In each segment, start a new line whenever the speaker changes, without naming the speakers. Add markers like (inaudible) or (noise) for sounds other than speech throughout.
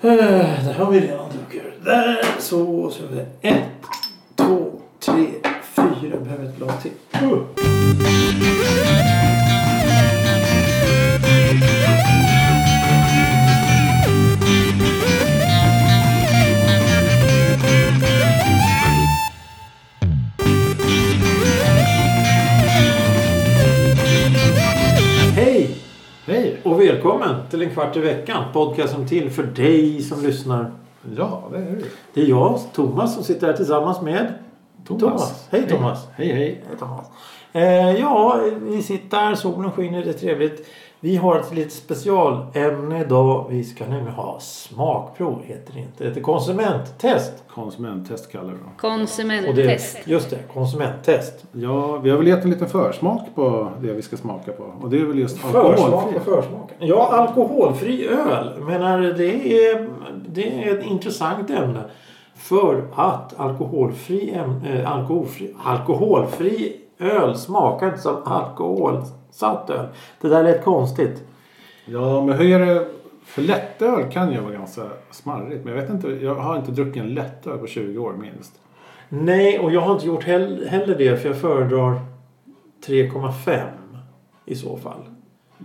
Eh, Det har vi redan druckit. Där, så. så gör vi det. Ett, två, tre, fyra. Behöver ett glas till. Uh. Hej
Hej!
och välkommen till En kvart i veckan. Podcasten till för dig som lyssnar.
Ja, det är du.
Det är jag, Thomas, som sitter här tillsammans med Hej Thomas.
Hej, hej.
Hej Thomas. Eh, ja, vi sitter här, solen skiner, det är trevligt. Vi har ett litet specialämne idag. Vi ska nämligen ha smakprov, heter det inte. Det heter konsumenttest.
Konsumenttest kallar vi dem.
Och det,
Konsumenttest.
just det, konsumenttest.
Ja, vi har väl gett en liten försmak på det vi ska smaka på. Och det är väl just
Försmak
alkoholfri.
och försmak. Ja, alkoholfri öl. Menar, det är, det är ett intressant ämne. För att alkoholfri, äm- eh, alkoholfri, alkoholfri öl smakar inte som alkoholsatt öl. Det där lät konstigt.
Ja, men hur är det? För lättöl kan ju vara ganska smarrigt. Men jag vet inte, jag har inte druckit en lättöl på 20 år minst.
Nej, och jag har inte gjort hell- heller det för jag föredrar 3,5 i så fall.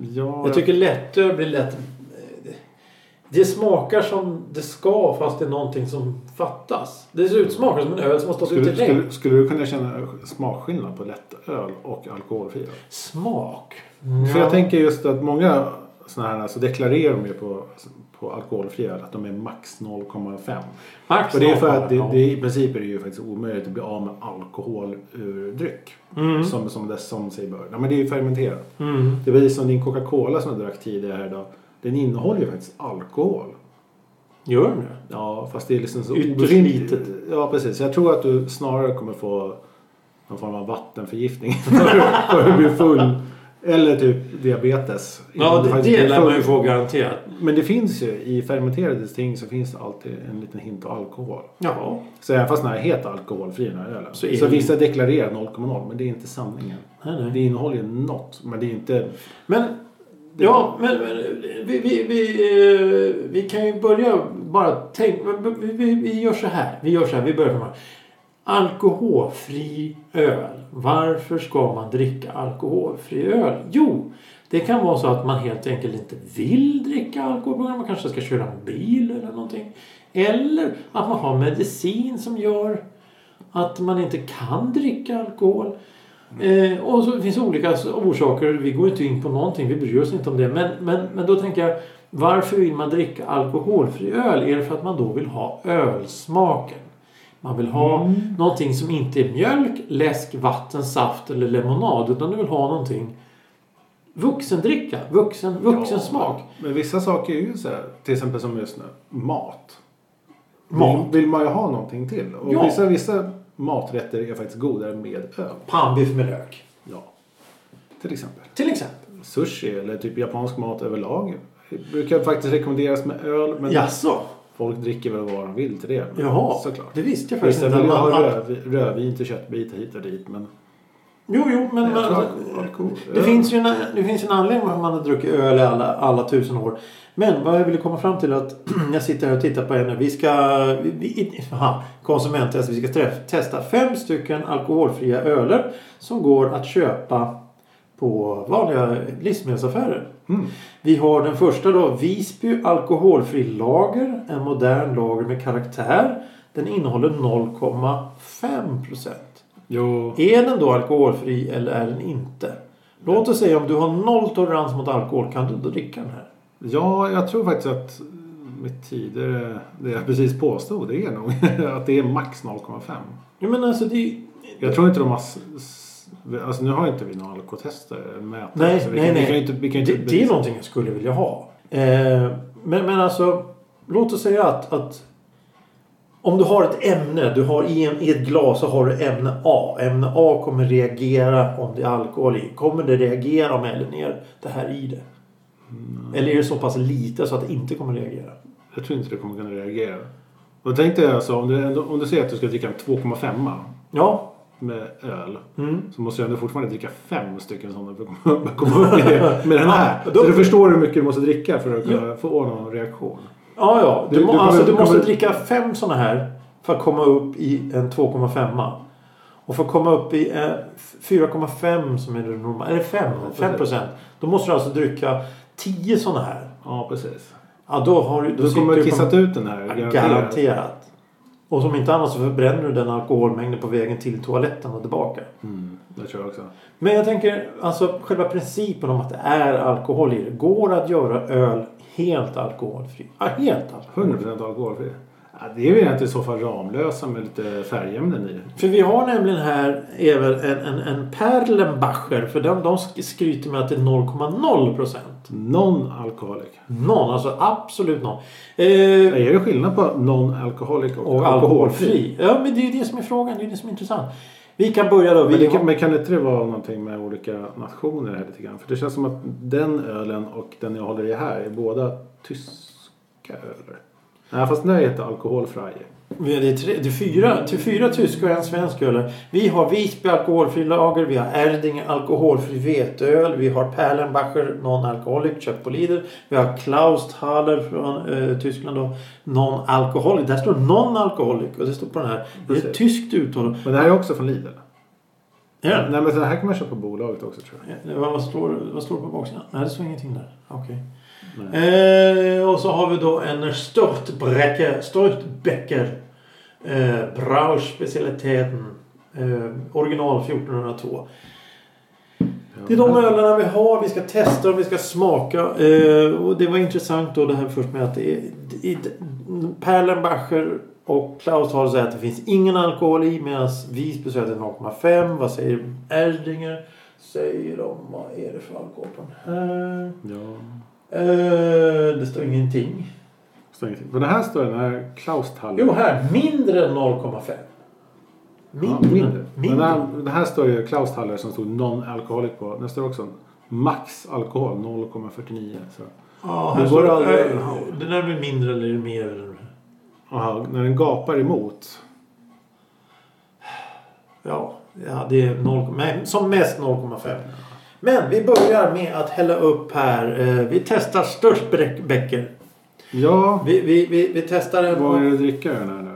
Ja,
Jag tycker lättöl blir lätt... Det smakar som det ska fast det är någonting som fattas. Det ser ut smakar som en öl som har stått ute
skulle,
i regn.
skulle, skulle du kunna känna smakskillnad på lättöl och alkoholfri öl?
Smak?
För jag tänker just att många sådana här så deklarerar de ju på, på alkoholfria öl att de är max 0,5.
Max
Och det är för
smakar,
att det,
ja.
det i princip är det ju faktiskt omöjligt att bli av med alkohol ur dryck.
Mm.
Som, som det som sig bör. Ja, men det är ju fermenterat.
Mm.
Det var ju som din Coca-Cola som jag drack tidigare här idag. Den innehåller ju faktiskt alkohol.
Gör den det?
Ja, fast det är liksom så
Ytterst
obefintligt.
litet.
Ja, precis. Jag tror att du snarare kommer få någon form av vattenförgiftning (laughs) för att bli full. Eller typ diabetes.
Ja, det,
Faktiskt bli
det lär man ju
full.
få garanterat.
Men det finns ju, i fermenterade ting så finns det alltid en liten hint av alkohol.
Ja.
Så även fast den här heter alkoholfri den här ölen.
Så
Så,
är det-
vissa deklarerar 0,0 men det är inte sanningen.
Nej, nej.
Det innehåller ju något men det är inte...
Men, ja, men, men vi, vi, vi, eh, vi kan ju börja bara tänka. Vi, vi, vi gör så här. Vi gör så här. Vi börjar från början. Alkoholfri öl. Varför ska man dricka alkoholfri öl? Jo, det kan vara så att man helt enkelt inte vill dricka alkohol. på grund av att Man kanske ska köra en bil eller någonting. Eller att man har medicin som gör att man inte kan dricka alkohol. Eh, och så finns det olika s- orsaker. Vi går inte in på någonting. Vi bryr oss inte om det. Men, men, men då tänker jag. Varför vill man dricka alkoholfri öl? Är det för att man då vill ha ölsmaken? Man vill ha någonting som inte är mjölk, läsk, vatten, saft eller lemonad. Utan du vill ha någonting vuxendricka. Vuxen, vuxen smak.
Men vissa saker är ju så här, till exempel som just nu, mat.
Mat.
Vill, vill man ju ha någonting till. Och
Ja.
vissa, vissa maträtter är faktiskt godare med öl.
Pannbiff med lök.
Ja. Till exempel.
Till exempel.
Sushi eller typ japansk mat överlag brukar faktiskt rekommenderas med öl men
Jaså?
folk dricker väl vad de vill till det.
Jaha.
Såklart.
Det visste jag faktiskt
Visst,
inte.
jag vill
Man-
ha
man-
röv, rödvin till köttbitar hit och dit men...
Jo, jo, men... men
Jag tror alkohol- alkohol-
det,
öl.
finns ju en, det finns ju en anledning varför man har druckit öl i alla, alla tusen år. Men vad jag ville komma fram till är att (clears throat) jag sitter här och tittar på en. Vi ska... Vi, vi, aha, konsumenttest. Vi ska träff, testa fem stycken alkoholfria öler som går att köpa på vanliga livsmedelsaffärer. Vi har den första då, Visby alkoholfri lager. En modern lager med karaktär. Den innehåller 0,5 procent.
Jo.
Är den då alkoholfri eller är den inte? Låt oss säga om du har noll tolerans mot alkohol, kan du då dricka den här?
Ja, jag tror faktiskt att mitt tidigare, det jag precis påstod, det är nog (laughs) att det är max 0,5.
Jo men alltså det är ju-
Jag tror inte de har... s- s- Alltså nu har inte vi några alkotester, mätare.
Nej,
så alltså, vi
nej,
kan,
nej.
Vi kan ju inte, vi kan ju
det,
inte
det är
bevisa-
någonting jag skulle vilja ha. Eh, men, men alltså, låt oss säga att, att om du har ett ämne, du har i, en, i ett glas så har du ämne A. Ämne A kommer reagera om det är alkohol i. Kommer det reagera om jag häller ner det här i det?
Mm.
Eller är det så pass lite så att det inte kommer reagera?
Jag tror inte du kommer kunna reagera. Och tänkte jag så, om du, ändå- om du säger att du ska dricka en 2,5
Ja.
med öl.
Mm.
Så måste jag ändå fortfarande dricka fem stycken sådana för att komma- komma upp i det med den här.
Ja, då-
Så du förstår hur mycket du måste dricka för att kunna få någon reaktion.
Ja, ja. Du,
Du-
må,
du kommer-
alltså, du måste
kommer-
dricka fem sådana här för att komma upp i en 2,5. Och för att komma upp i eh, 4,5 som är det normala, eller 5,
Ja, precis.
5 procent. Då måste du alltså dricka 10 sådana här.
Ja, precis.
Ja, då har du... Då
Du
sitter
kommer
du
du
på-
kissat ut den här. garanterat.
Garanterat. Och som inte annat så förbränner du den alkoholmängden på vägen till toaletten och tillbaka.
Mm, det tror jag också.
Men jag tänker, alltså själva principen om att det är alkohol i det. Går det att göra öl helt alkoholfri? Ja, helt alkoholfri.
100% alkoholfri. Ja, det är väl egentligen i så fall Ramlösa med lite färgämnen i.
För vi har nämligen här även en, en, en Perlenbacher. För de, de sk- skryter med att det är 0,0 procent.
Non-alcoholic.
Någon, alltså absolut någon. Eh,
Är det skillnad på non-alcoholic och,
och alkoholfri. Ja, men det är ju det som är frågan. Det är ju det som är intressant. Vi kan börja då.
Men,
Vi
det, kan- men kan inte det vara någonting med olika nationer här lite grann? För det känns som att den ölen och den jag håller i här är båda tyska öler. Nej, fast den här heter alkoholfreie.
Vi är- Det är, tre, det är fyra, till fyra tyska och en svensk öl. Vi har Visby alkoholfri lager, vi har Erding alkoholfri veteöl, vi har Perlenbacher non-alcoholic, köpt på Lidl. Vi har Klausthaler från eh, Tyskland då, non-alcoholic. Där står non-alcoholic och det står på den här. Det är ett
Precis.
tyskt uttal.
Men det här är också från Lidl.
Ja.
Nej, men det här kan man köpa på bolaget också tror jag.
Eh, Vad, vad, står, vad står det på baksidan? Nej, det står ingenting där. Okej.
Nej.
Eh, och så har vi då en Störtbräcke, Störtbäcker. Eh, Brauspecialiteten. Eh, original 1402. Det är de ölarna vi har. Vi ska testa och vi ska smaka. Eh, och det var intressant då det här först med att det är, det är, Perlenbacher och Klaus har säger att det finns ingen alkohol i medan Visby säger att det är 0,5. Vad säger Erdinger? Säger de, vad är det för alkohol på den här?
Ja,
Eh, det står ingenting.
står ingenting. Men det här står den här Klausthaller.
Jo, här. Mindre än 0,5.
Ja,
Mindre.
mindre. Men
mindre.
den, den här står ju Klausthaller som stod non-alkoholic på. Den står också max alkohol 0,49. Så.
Ja,
Men
här
var
står
det
det.
aldrig-
eh, Den där blir mindre eller mer.
Aha, när den gapar emot.
Ja, ja det är 0, nej, som mest 0,5. Men vi börjar med att hälla upp här. Eh, Vi testar störst bräck- bäcker.
Ja,
Vi, vi, vi, vi testar en...
vad är det att dricka i den här nu?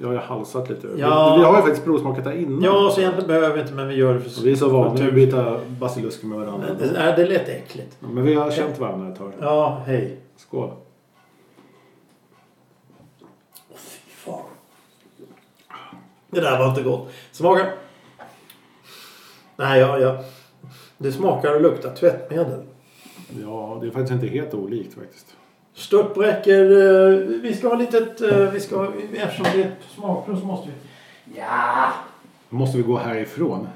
Jag har ju halsat lite.
Ja.
Vi, vi har ju faktiskt provsmakat här innan.
Ja, så egentligen behöver vi inte men vi gör det för...
Och vi är så vana
för
att
tur.
byta basilusker med varandra.
Nej, det lät äckligt.
Men vi har känt varandra ett tag.
Ja, hej.
Skål.
Åh, fy fan. Det där var inte gott. Smaka. Nej, ja, ja. Det smakar och luktar tvättmedel.
Ja, det är faktiskt inte helt olikt faktiskt.
Störtbräcker. eh, Vi ska ha litet... eh, Vi ska, ha- eftersom det är ett smakprov så måste vi... Ja.
Nu måste vi gå härifrån.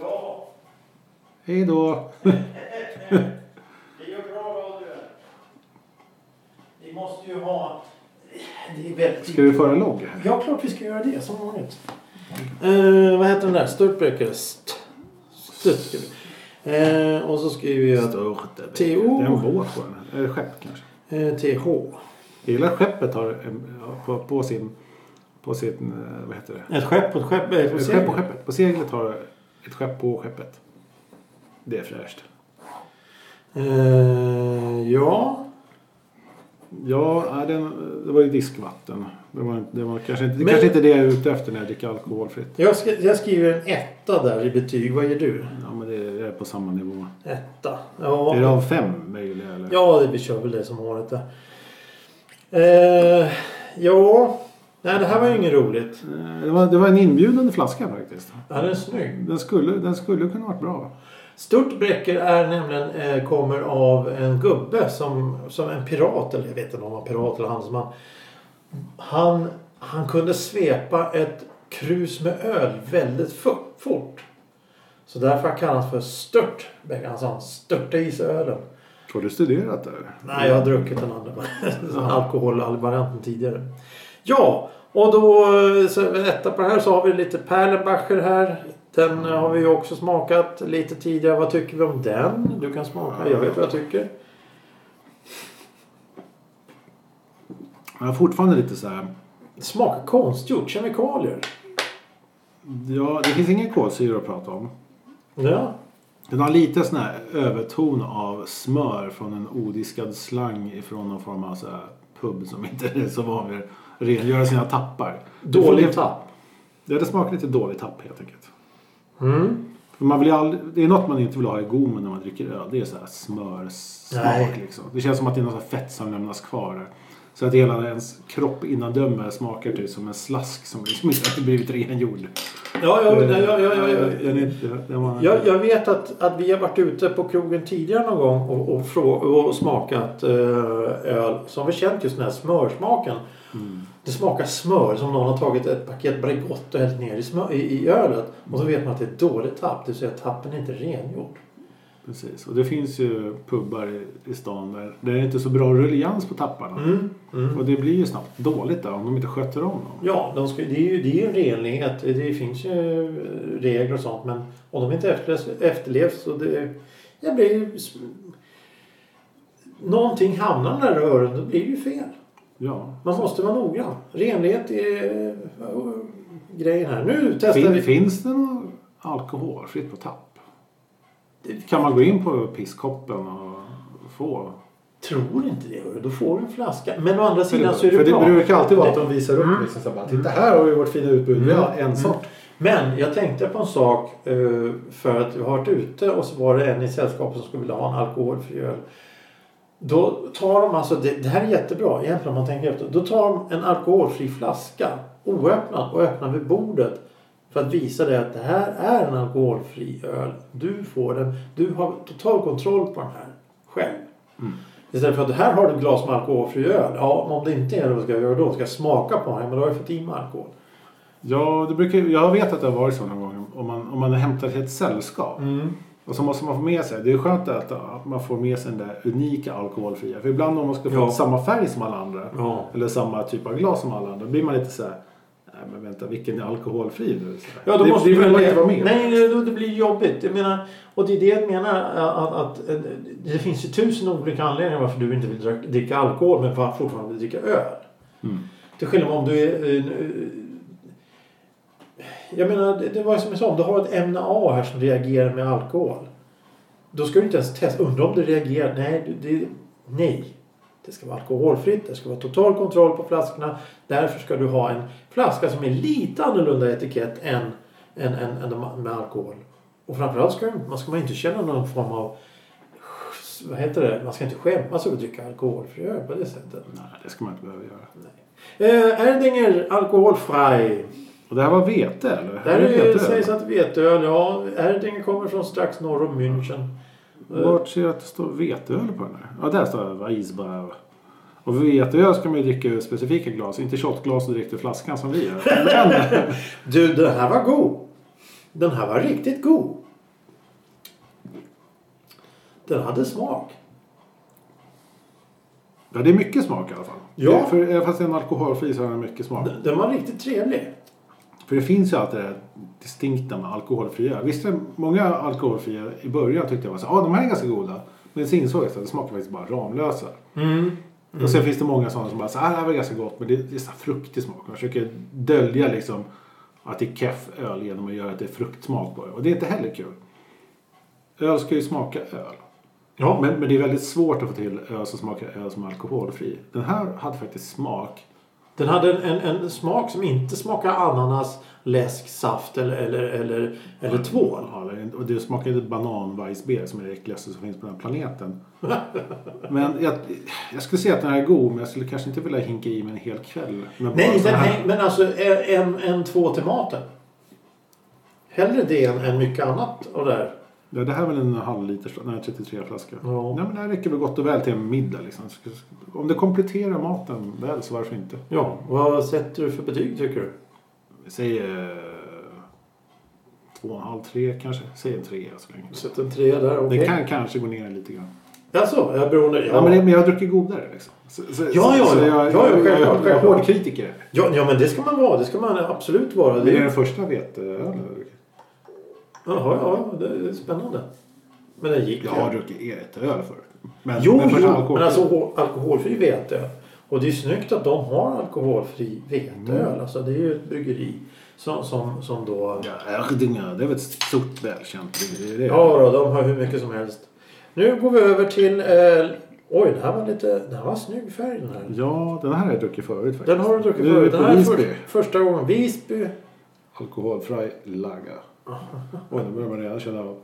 Ja.
Hej då!
Vi gör bra radio här. Vi måste ju ha... Det är väldigt...
Ska vi föra logg här?
Ja, klart vi ska göra det som vanligt. Eh, vad heter den där? Störtbreaker? St. Stört ska vi. Eh, och så skriver jag
Störte. Det
TO.
är en båt på den här. Eller skepp kanske.
eh, TH.
Jag gillar att skeppet har en- ja, på, på sin... På sin... eh, Vad heter det?
Ett skepp på ett skepp. eh,
Ett skepp på skeppet. På seglet har det ett skepp på skeppet. Det är fräscht.
Eh, ja.
Ja, nej, den, det var ju diskvatten. Det var, inte- det var kanske, inte, det
Men-
kanske inte det jag är ute efter när jag dricker alkoholfritt.
Jag, sk- jag skriver en etta där i betyg. Vad ger du?
Ja, men det är, jag är på samma nivå.
Etta.
Är det
Ja,
av fem möjliga eller?
ja vi kör väl det som vanligt där. Eh, ja. Nej, det här var ju inget roligt.
Eh, Det var, det var en inbjudande flaska faktiskt.
Ja, Den är snygg.
Den skulle, den skulle kunna varit bra.
Störtbräcker är nämligen, eh, kommer av en gubbe som, som en pirat, eller jag vet inte om han var pirat eller handelsman. Han, han kunde svepa ett krus med öl väldigt fu- fort. Så därför kallas han för störtbräcker. Alltså han störtade i sig ölen.
Har du studerat där?
Nej, jag har druckit (laughs) den andra alkoholvarianten tidigare. Ja, och då eh, så en etta på det här så har vi lite Perlenbacher här. Den eh, har vi ju också smakat lite tidigare. Vad tycker vi om den? Du kan smaka. Jag vet vad jag tycker.
Jag har fortfarande lite så här.
Det smakar konstgjort. Kemikalier.
Ja, det finns ingen kolsyra att prata om.
Ja.
Den har lite sån här överton av smör från en odiskad slang ifrån någon form av så här pub som inte är så van vid att rengöra sina tappar.
Dålig
tapp.
tapp.
Ja, det smakar lite dålig tapp helt enkelt.
Mm.
För man vill ju aldrig, det är något man inte vill ha i gommen när man dricker öl. Det är så här smörsmak
Nej.
liksom. Det känns som att det är något så här fett som lämnas kvar där. Så att hela ens kropp innandöme smakar typ som en slask som liksom inte har blivit rengjord.
Ja, ja, ja, ja, ja, Mm. ja, ja.
Den är inte- den var-
Jag, jag vet att, att vi har varit ute på krogen tidigare någon gång och, och, frå- och smakat eh, öl som vi känt just den här smörsmaken.
Mm.
Det smakar smör som någon har tagit ett paket Bregott och hällt ner i, smör, i, i ölet. Och så vet man att det är ett dåligt tapp, det vill säga att tappen är inte rengjord.
Precis, och det finns ju pubbar i, i stan där det är inte så bra ruljans på tapparna.
Mm. Mm.
Och det blir ju snabbt dåligt där om de inte sköter om dem.
Ja, de ska, det är ju det är ju en renlighet. Det finns ju eh, regler och sånt men om de inte efterlevs, efterlevs så det, det blir ju... sm- Någonting hamnar i den där rören, då blir det ju fel.
Ja.
Man måste vara noggrann. Renlighet är eh, grejen här. Nu testar
Fin,
vi.
Finns det något alkoholfritt på tapp? Kan man gå in på pisskoppen och få?
Tror inte det, hörru. då får du en flaska. Men å andra sidan så är
För
det
det
bra. Mm.
brukar alltid vara att de visar upp liksom så här, bara, Titta här har vi vårt fina utbud. Vi har en sort.
Men jag tänkte på en sak eh, för att jag har varit ute och så var det en i sällskapet som skulle vilja ha en alkoholfri öl. Då tar de alltså, det, det här är jättebra egentligen om man tänker efter. Då tar de en alkoholfri flaska oöppnad och öppnar vid bordet för att visa dig att det här är en alkoholfri öl. Du får den. Du har total kontroll på den här själv. Istället för att här har du ett glas med alkoholfri öl. Ja, men om det inte är det, vad ska jag göra då? Ska jag smaka på den? Ja, Men då har jag fått i mig alkohol.
Ja, det brukar, jag vet att det har varit så någon gång om man, om man hämtar till ett sällskap. Och så måste man få med sig, det är skönt att, att man får med sig den där unika alkoholfria. För ibland om man ska få
Ja.
samma färg som alla andra.
Ja.
eller samma typ av glas som alla andra. Då blir man lite så här, nej men vänta vilken är alkoholfri nu? Så här.
Ja, då
det,
måste
det
du
vill man
välja.
inte vara med
Nej, det, det blir jobbigt. Jag menar, och det är det jag menar att, att eh, det finns ju tusen olika anledningar varför du inte vill dra- dricka alkohol men varför fortfarande vill dricka öl.
Mm.
Till skillnad om du är... eh, eh, Jag menar, det, det var ju som jag sa, om du har ett ämne A här som reagerar med alkohol. Då ska du inte ens testa. Undra om det reagerar. Nej, det, det, nej. Det ska vara alkoholfritt, det ska vara total kontroll på flaskorna. Därför ska du ha en flaska som är lite annorlunda etikett än, än, än, än de med alkohol. Och framförallt ska man- man ska man inte känna någon form av... Vad heter det? Man ska inte skämmas över att dricka alkoholfri öl på det sättet.
Nej, det ska man inte behöva göra.
Eh, Erdinger alkoholfri.
Och det här var vete eller?
Det här
Det
är,
vete,
sägs
eller?
att veteöl, ja. Erdinger kommer från strax norr om München. eh.
Vart ser jag att det står veteöl på den här? Ja, där står det Weissbauer. Och veteöl ska man ju dricka ur specifika glas, inte shotglas och direkt ur flaskan som vi gör. Men
Du, den här var god. Den här var riktigt god. Den hade smak.
ja, det är mycket smak i alla fall.
Ja.
För, även fast det är en alkoholfri så har den mycket smak.
Den, den var riktigt trevlig.
För det finns ju alltid det här distinkta med alkoholfria. Visst, är det många alkoholfria i början tyckte jag var så ah, de här är ganska goda. Men sen insåg jag att det smakar faktiskt bara Ramlösa.
Mm.
Och sen finns det många sådana som bara, så här, "Ah, det här var ganska gott men det, det är så här fruktig smak. Man försöker dölja liksom att det är keff öl genom att göra att det är fruktsmak på det. Och det är inte heller kul. Öl ska ju smaka öl.
Ja, men
Men, men det är väldigt svårt att få till öl som smakar öl som är alkoholfri. Den här hade faktiskt smak.
den hade en, en, en smak som inte smakar ananas, läsk, saft eller, eller, eller, eller tvål.
Ja, och det smakar inte bananbajsbär som är det äckligaste som finns på den
(laughs)
här planeten. Men jag, jag skulle säga att den här är god men jag skulle kanske inte vilja hinka i mig en hel kväll. Men
Nej, den,
här,
nej, men alltså en, en, en två till maten. Hellre det än, än mycket annat och där.
Ja, det här är väl en halv liters, nej 33 flaska.
Ja.
Nej men det här räcker väl gott och väl till en middag liksom. Om det kompletterar maten väl så varför inte?
Ja, vad sätter du för betyg tycker du?
Vi säger eh, två och en halv, tre kanske. Säg en trea så länge.
Sätt en trea där, okej.
Det kan kanske gå ner lite grann.
Alltså, jag beroende...
Ja. men, det, men jag dricker godare liksom. Så, så,
ja,
så, så
ja. Ja,
jag,
ja,
jag, jag,
självklart,
jag är
självklart.
hård kritiker.
Ja, ja, men det ska man vara. Det ska man absolut vara.
Det är
Det...
den första veteölen jag druckit.
Jaha, ja, det är spännande. Men den gick
Jag har druckit veteöl förut. Men,
Jo,
men
men,
först
jo,
alkohol.
men alltså alko- alkoholfri vete. Och det är snyggt att de har alkoholfri veteöl.
Mm.
Alltså, det är ju ett bryggeri som, som, som då...
Ja, Erdinger, det är väl ett stort välkänt bryggeri. det är det.
Ja, då, de har hur mycket som helst. Nu går vi över till eh, Oj, den här var lite... Den här var snygg färg den här.
Ja, den här har jag druckit förut faktiskt.
Den har du druckit
Nu är vi
förut. Den
på
här är
Visby.
för, första gången. Visby.
Alkoholfri lager. Oj, nu börjar man redan känna av...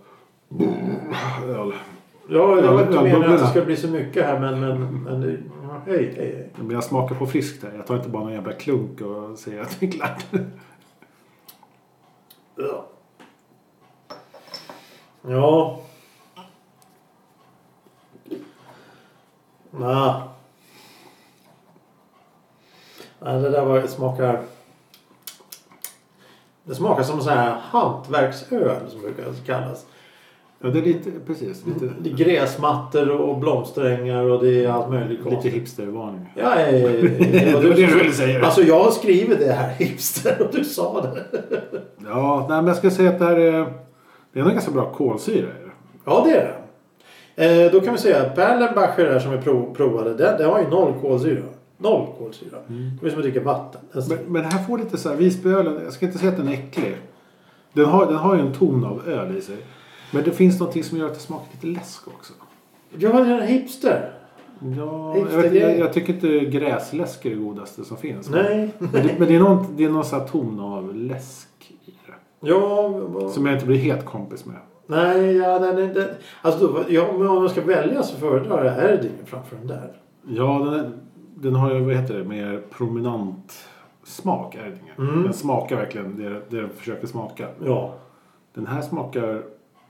Öl.
Ja, det
Ja,
var inte meningen
ja,
att det
bubblorna.
skulle bli så mycket här men... men, men det- ja, hej, hej, hej.
Men jag smakar på friskt här. Jag tar inte bara någon jävla klunk och säger att det är klart.
Ja. Ja. Nej. Nej, det där var, smakar... Det smakar som en sån här hantverksöl som brukar kallas.
Ja, det är lite... Precis. Lite,
Det är gräsmattor och blomsterängar och det är allt möjligt
lite
konstigt.
hipstervarning.
Ja, ja, ja, ja.
(laughs) Det var
du
det du
som-
ville säga.
Alltså jag har skrivit det här (laughs) hipster och du sa det.
Ja, nej, men jag ska säga att det här är... Det är nog ganska bra kolsyra i det.
Ja, det är den. Eh, då kan vi säga att Perlenbacher där som vi prov, provade, den, den har ju noll kolsyra. Noll kolsyra. Det är som att dricka vatten. Alltså,
Mm. Men, men det här får lite så här... Visbyölen, jag ska inte säga att den är äcklig. Den har, den har ju en ton av öl i sig. Men det finns någonting som gör att det smakar lite läsk också.
jag var en hipster.
Ja, jag, vet,
Hipstergrej.
jag, jag tycker inte gräsläsk är det godaste som finns.
Nej.
Men det, men det är någon, det är någon så här ton av läsk i det.
Ja, vad-
Som jag inte blir helt kompis med.
nej, ja, den, är- den, alltså då, ja, men om jag ska välja så föredrar jag Erding framför den där.
Ja, den, är, den har ju, vad heter det, mer prominent smak. Är det inget?
Mm.
Den smakar verkligen det, det den försöker smaka.
Ja,
Den här smakar...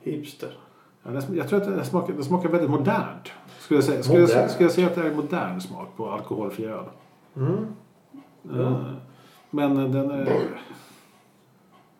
hipster.
Ja, den, sm- jag tror att den smakar, den smakar väldigt modernt. Skulle jag, säga, skulle, jag,
Modern.
sä- skulle jag säga att det är en modern smak på alkoholfri öl?
Mm.
Eh, Men den är...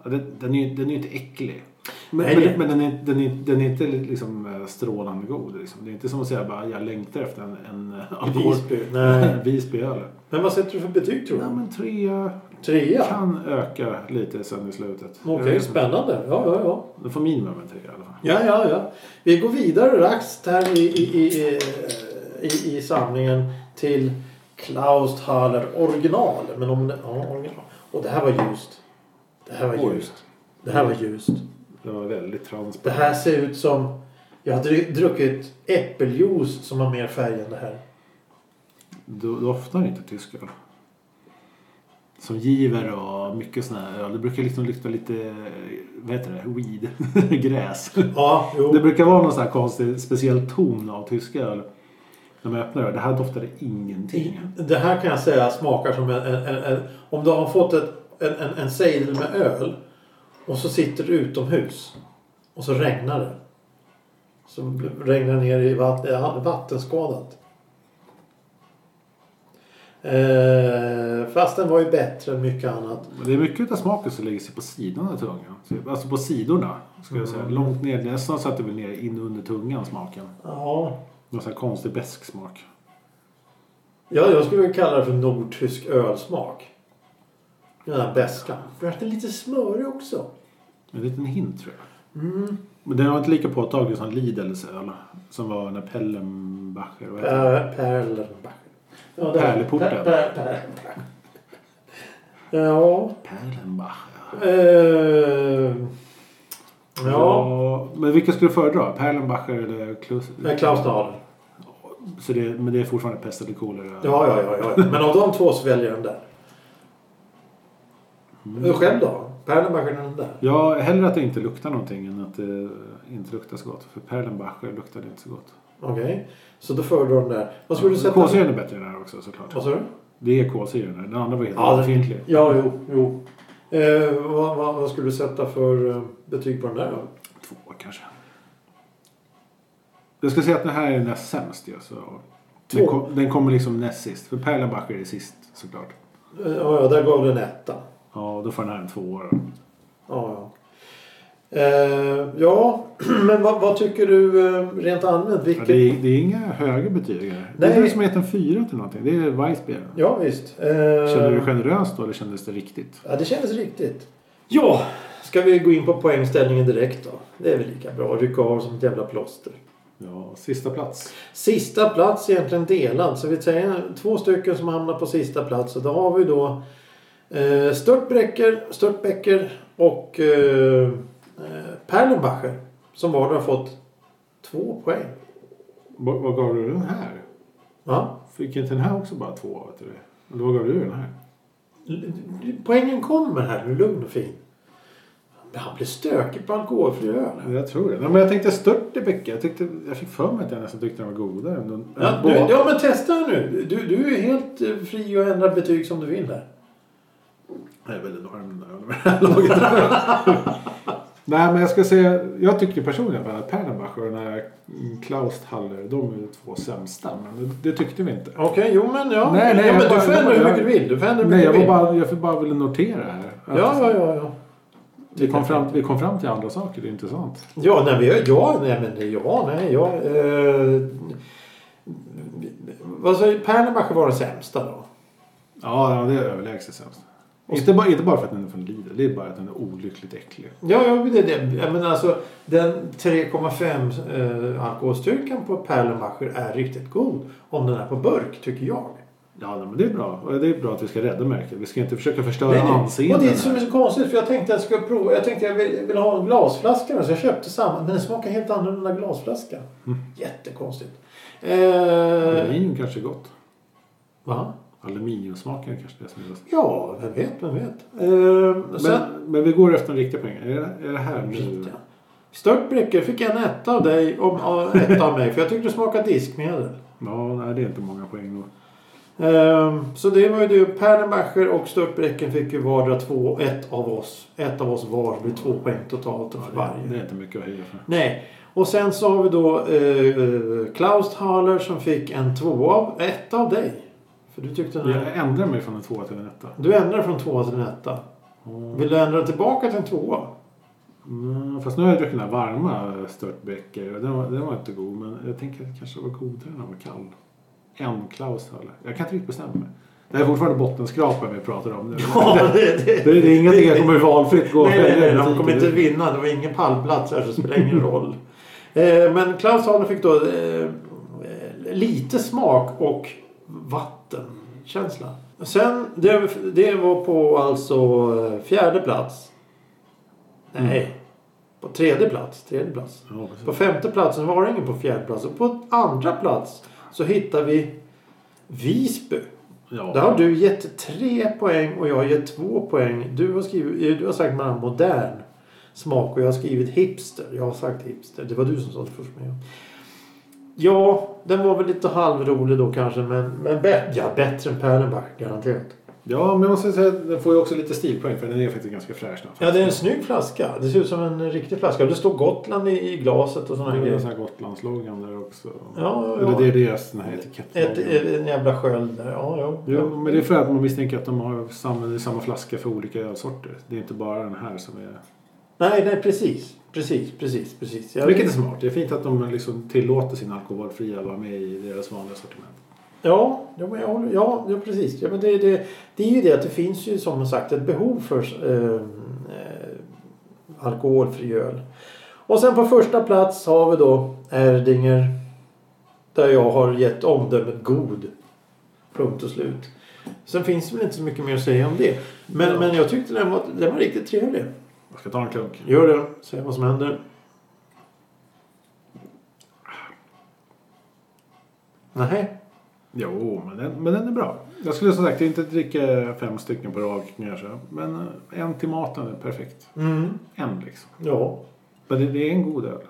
Ja, den, den är ju den är ju inte äcklig. Men,
Nej, nej.
men, men den, är, den, är, den är inte liksom eh, strålande god. Liksom. Det är inte som att säga bara jag längtar efter en, en eh, alkohol... (laughs)
Visby. Nej.
Visbyöl.
Men vad sätter du för betyg tror
Ja,
du?
men trea
Trea?
kan öka lite sen i slutet.
Okej,
Jag vet inte.
spännande. Ja, ja, ja.
Den får minimum en trea i alla fall.
Ja, ja, ja. Vi går vidare raskt här i, i, i, eh, i, i samlingen till Klaus Thaler original. Men om det, ja, original. Och det här var ljust. Det här var
Oj.
ljust. Det här var ljust.
Det var väldigt
Det
transparent.
här ser ut som... Jag har dry- druckit äppeljuice som har mer färg än det här.
Do- doftar inte tysk öl. Som giver och mycket sån här öl. Det brukar liksom lukta lite, vad heter det, weed, (laughs) gräs.
Ja,
Det
jo.
brukar vara någon sån här konstig, speciell ton av tysk öl. När man öppnar det. Det här doftade ingenting.
Det här kan jag säga smakar som en... en, en, en om du har fått ett, en, en, en sejdel med öl och så sitter du utomhus och så regnar det. Så regnar ner i vatt, eh, vattenskadat. Eh, fast den var ju bättre än mycket annat.
Men det är mycket av smaken som lägger sig på sidan av tungan. Typ. Alltså på sidorna, ska jag säga. Långt ner, nästan så att det blir ner in under tungan smaken.
Ja,
Någon sån här konstig besk smak.
ja jag skulle vilja kalla det för nordtysk ölsmak. Den här beskan. För att den är lite smörig också.
En liten hint tror jag. Men den var inte lika påtaglig som Lidls öl. Som var när Pellenbacher... Vad heter
Per, Perlenbach. Ja, där-
Pärleporten.
Per- Per- Perlenbach. Ja.
det? Pellenbacher.
Eh, ja.
Ja. Men vilka skulle du föredra? Perlenbacher eller Klus...
Med Klaus Dahler.
Så det, men det är fortfarande pest eller kolera?
Ja, ja, ja, ja. Men av de två så väljer jag den där. Mm. Själv då? Perlenbach eller den där?
Ja, hellre att det inte luktar någonting än att det inte luktar så gott. För Perlenbacher luktade inte så gott.
Okej. Så då föredrar den där. Vad skulle du sätta?
Kolsyran är bättre än den här också såklart.
Vad sa du?
Det är kolsyran. Den andra var helt
Ja, den-
obefintlig.
Ja, jo. jo. Eh, vad, vad, vad skulle du sätta för eh, betyg på den där då?
Två kanske. Jag ska säga att den här är näst sämst. Ja, så. Den,
Två.
kom, den kommer liksom näst sist. För Perlenbacher är sist såklart.
Eh, Ja, ja, där gav den etta.
Ja, då får den här en tvåa då.
Ja, ja. Eh, ja, (clears throat) men vad, vad tycker du eh, rent allmänt?
ja,
Vilket...
det, är, det är inga höga betyg här. Det
Nej.
är du som har gett en fyra till någonting. Det är Weissbier.
Ja, visst. Eh,
Känner du dig generös då eller kändes det riktigt?
Ja, det kändes riktigt. Ja, ska vi gå in på poängställningen direkt då? Det är väl lika bra. Rycka av som ett jävla plåster.
Ja, sista plats.
Sista plats är egentligen delad. Så vi säger två stycken som hamnar på sista plats. Och då har vi då eh, Störtbräcker, Störtbäcker och eh, eh, Perlenbacher. Som var har fått två poäng.
Vad vad gav du den här?
Va?
Fick inte den här också bara två av det? Eller vad gav du den här?
L- l- Poängen kommer här, nu lugn och fin. Han blir stökig på alkoholfri öl.
Ja, Jag tror det. Nej, men jag tänkte Störtebäck. Jag, tyckte, jag fick för mig att jag nästan tyckte den var godare. Än den,
Ja, du, ja men testa nu. Du, du är helt eh, fri att ändra betyg som du vill här.
Jag är väldigt varm där med (laughs) det här laget. Nej, men jag ska säga. Jag tycker personligen att Pernamach och den här Klausthaller, de är ju två sämsta. Men det, det tyckte vi inte.
Okej, jo men ja.
Nej,
ja,
nej, jag
men du
bara-
får
jag
ändra hur
bara-
mycket du vill. Du får ändra hur
Nej,
mycket
jag,
du
var
vill.
bara, jag bara ville notera här. Att
Ja, ja, ja. ja.
Vi, kom fram, vi kom fram till andra saker, det är intressant.
Ja, nej, vi, ja, nej men ja, nej, ja. Eh, vad säger Pernemacher var den sämsta då?
Ja, ja, det är överlägset sämst. Inte, bara, inte bara för att den är från Lidl, det är bara att den är olyckligt äcklig.
Ja, ja det, det. Jag menar alltså den 3,5 eh, alkoholstyrkan på Pernemacher är riktigt god. Om den är på burk tycker jag.
Ja, nej, men det är bra. Och Det är bra att vi ska rädda märket. Vi ska inte försöka förstöra
Nej, nej.
anseendet.
Och det är som är
här.
så konstigt för jag tänkte att jag skulle prova. Jag tänkte jag vill, vill ha en glasflaska så jag köpte samma. Men den smakar helt annorlunda än glasflaska. Jättekonstigt. Eh,
Aluminium kanske är gott.
va?
Aluminiumsmaken kanske är det som är bäst.
Ja, vem vet, vem vet. Eh, sen,
Men, men vi går efter de riktiga pengarna. Är det, är det här nu?
Riktiga. Störtbräckor fick jag en etta av dig och och en etta av mig för jag tyckte det smakade diskmedel.
Ja, nej, det är inte många poäng då.
Ehm, så det var ju det. Pernemacher och Störtbräcken fick ju vardera två, ett av oss. Ett av oss var, det blir två poäng totalt
Ja,
för
det, är- det
varje.
är inte mycket att höja för.
Nej. Och sen så har vi då eh, Klaus Thaler som fick en två av, ett av dig. För du tyckte den här,
Jag ändrar mig från en tvåa till en etta.
Du ändrade från tvåa till en etta.
Mm.
Vill du ändra tillbaka till en tvåa?
Mm, fast nu har jag druckit den här varma störtbäcker och den var, den var inte god men jag tänker att det kanske var godare när den var kall. En Klaus eller? Jag kan inte riktigt bestämma mig. Det här är fortfarande bottenskrapen vi pratar om nu.
(laughs) Ja, det,
Det är det är ingenting jag kommer valfritt gå och
Nej, nej,
välja
nej, de
i butiken.
kommer inte vinna. Det var ingen pallplats här så det spelar ingen roll. Eh, men Klaus Hahn fick då eh, eh, lite smak och vattenkänsla. Sen, det, det var på alltså eh, fjärde plats. Nej, på tredje plats. Tredje plats.
Ja,
På
precis.
femte platsen var det ingen på fjärde plats. Och på andra plats så hittar vi Visby. Där
Ja.
har du gett tre poäng och jag har gett två poäng. Du har, skrivit, eh, du har sagt man har modern smak och jag har skrivit hipster. Jag har sagt hipster. Det var du som sa det först. Men jag. Ja, den var väl lite halvrolig då kanske. Men, men bättre, ja, bättre än Perlenbach garanterat.
ja, men jag måste säga att den får ju också lite stilpoäng för den är faktiskt ganska fräsch. Den,
Ja, det är en snygg flaska. Det ser ut som en riktig flaska. Och det står Gotland i i glaset och sådana
det är en
grejer.
sån här Gotlandslogan där också.
Ja,
Eller
ja,
det
ja.
är deras den här
Ett,
etikettlogan.
ett, en jävla sköld där. Ja, jo.
Jo, men det är för att man misstänker att de har samma, samma flaska för olika ölsorter. Det är inte bara den här som är...
Nej, nej, precis. Precis, precis, precis. Jag-
Vilket är smart. Det är fint att de liksom tillåter sin alkoholfria vara med i deras vanliga sortiment.
Ja, ja, men jag håller, ja, ja precis. Ja, men det, det, det är ju det att det finns ju som sagt ett behov för eh, eh, alkoholfri öl. Och sen på första plats har vi då Erdinger. Där jag har gett omdömet god. Punkt och slut. Sen finns det väl inte så mycket mer att säga om det. Men,
Ja.
men jag tyckte den var, den var riktigt trevlig.
Jag ska ta en klunk.
Gör det, se vad som händer. Nej.
Jo, men den, men den är bra. Jag skulle som sagt inte dricka fem stycken på rak kanske. Men eh, en till maten är perfekt.
Mm.
En liksom.
Ja.
Men det, det är en god öl.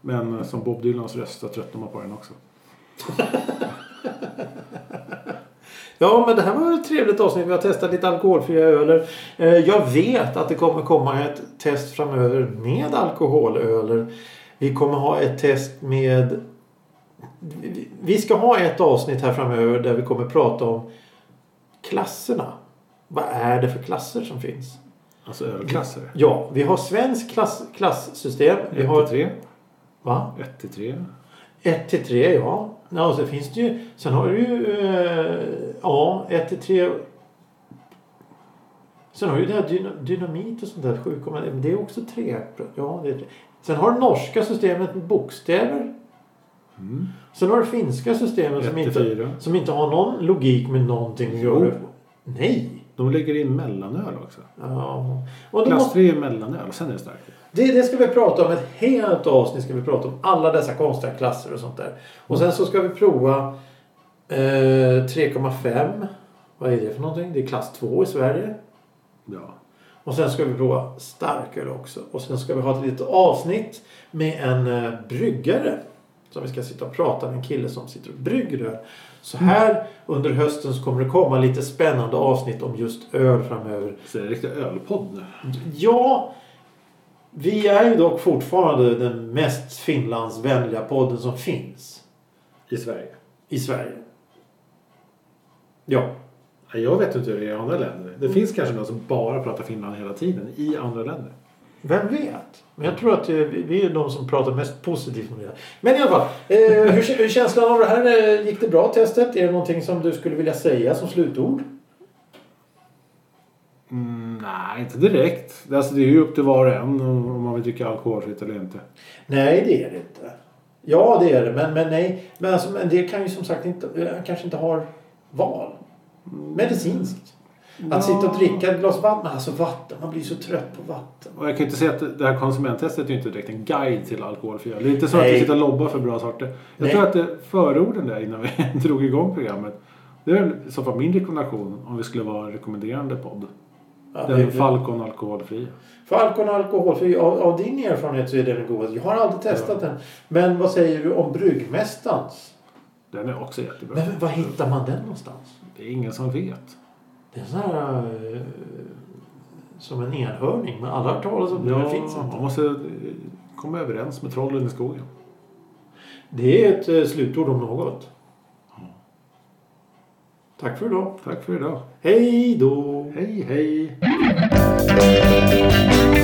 Men eh, som Bob Dylans röst så tröttnar man på den också.
Ja, men det här var ett trevligt avsnitt. Vi har testat lite alkoholfria öler. Eh, Jag vet att det kommer komma ett test framöver med alkoholöler. Vi kommer ha ett test med... vi- Vi ska ha ett avsnitt här framöver där vi kommer prata om klasserna. Vad är det för klasser som finns?
Alltså ölklasser.
Ja, vi har svensk klass, klasssystem. Vi har...
1 till 3.
Va?
1 till 3.
1 till 3, ja. ja sen, finns det ju, sen har du ju... Eh, ja, 1 till 3... Sen har du ju det här dyna- dynamit och sånt där. 7, men det är också 3. Ja, det är tre. Sen har du norska systemet med bokstäver.
Mm.
Sen har du finska systemet
1
som
till
inte,
4.
som inte har någon logik med någonting att
Jo.
göra. Nej!
De lägger in mellanöl också.
Ja. Och då
Klass
måste,
3 är mellanöl och sen är det starkt.
det, det ska vi prata om. Ett helt avsnitt ska vi prata om alla dessa konstiga klasser och sånt där. Och sen så ska vi prova Eh, 3,5. Vad är det för någonting? Det är klass 2 i Sverige.
Ja.
Och sen ska vi prova starköl också. Och sen ska vi ha ett litet avsnitt med en eh, bryggare. Som vi ska sitta och prata med en kille som sitter och brygger öl. Så här under hösten så kommer det komma lite spännande avsnitt om just öl framöver.
Så det är en riktig ölpodd nu.
Ja, vi är ju dock fortfarande den mest Finlandsvänliga podden som finns
I Sverige.
i Sverige. Ja.
Ja, Jag vet inte hur det är i andra länder. Det finns kanske någon som bara pratar Finland hela tiden i andra länder.
Vem vet? Men jag tror att eh, vi vi är de som pratar mest positivt om det. här. Men i alla fall, eh, hur, hur känslan av det här? eh, Gick det bra testet? Är det någonting som du skulle vilja säga som slutord?
Mm, nej, inte direkt. Alltså, det är ju upp till var och en om om man vill dricka alkoholfritt eller inte.
Nej, det är det inte. Ja, det är det, men, men nej. Men, alltså, men det kan ju som sagt inte, eh, kanske inte har val. Medicinskt. Att
Ja.
sitta och dricka ett glas vatten, alltså vatten, man blir så trött på vatten.
Och jag kan ju inte säga att det här konsumenttestet är ju inte direkt en guide till alkoholfria. Det är inte så att
Nej.
vi sitter och lobbar för bra sorter. Jag
Nej.
tror att det, förorden där innan vi (laughs) drog igång programmet. Det är väl i så fall min rekommendation om vi skulle vara en rekommenderande podd.
Ja,
Den
det-
Falcon alkoholfri.
För alkohol och alkohol, för av, av din erfarenhet så är den god. Jag har aldrig testat den. Men vad säger du om bryggmästarens?
Den är också jättebra.
Men var hittar man den någonstans?
Det är ingen som vet.
Det är så här... eh, som en enhörning, men alla har hört talas om det. men Det finns
Ja,
inte.
man måste eh, komma överens med trollen i skogen.
Det är ett eh, slutord om något. Tack för idag.
Tack för idag.
Hej då!
Hej, hej!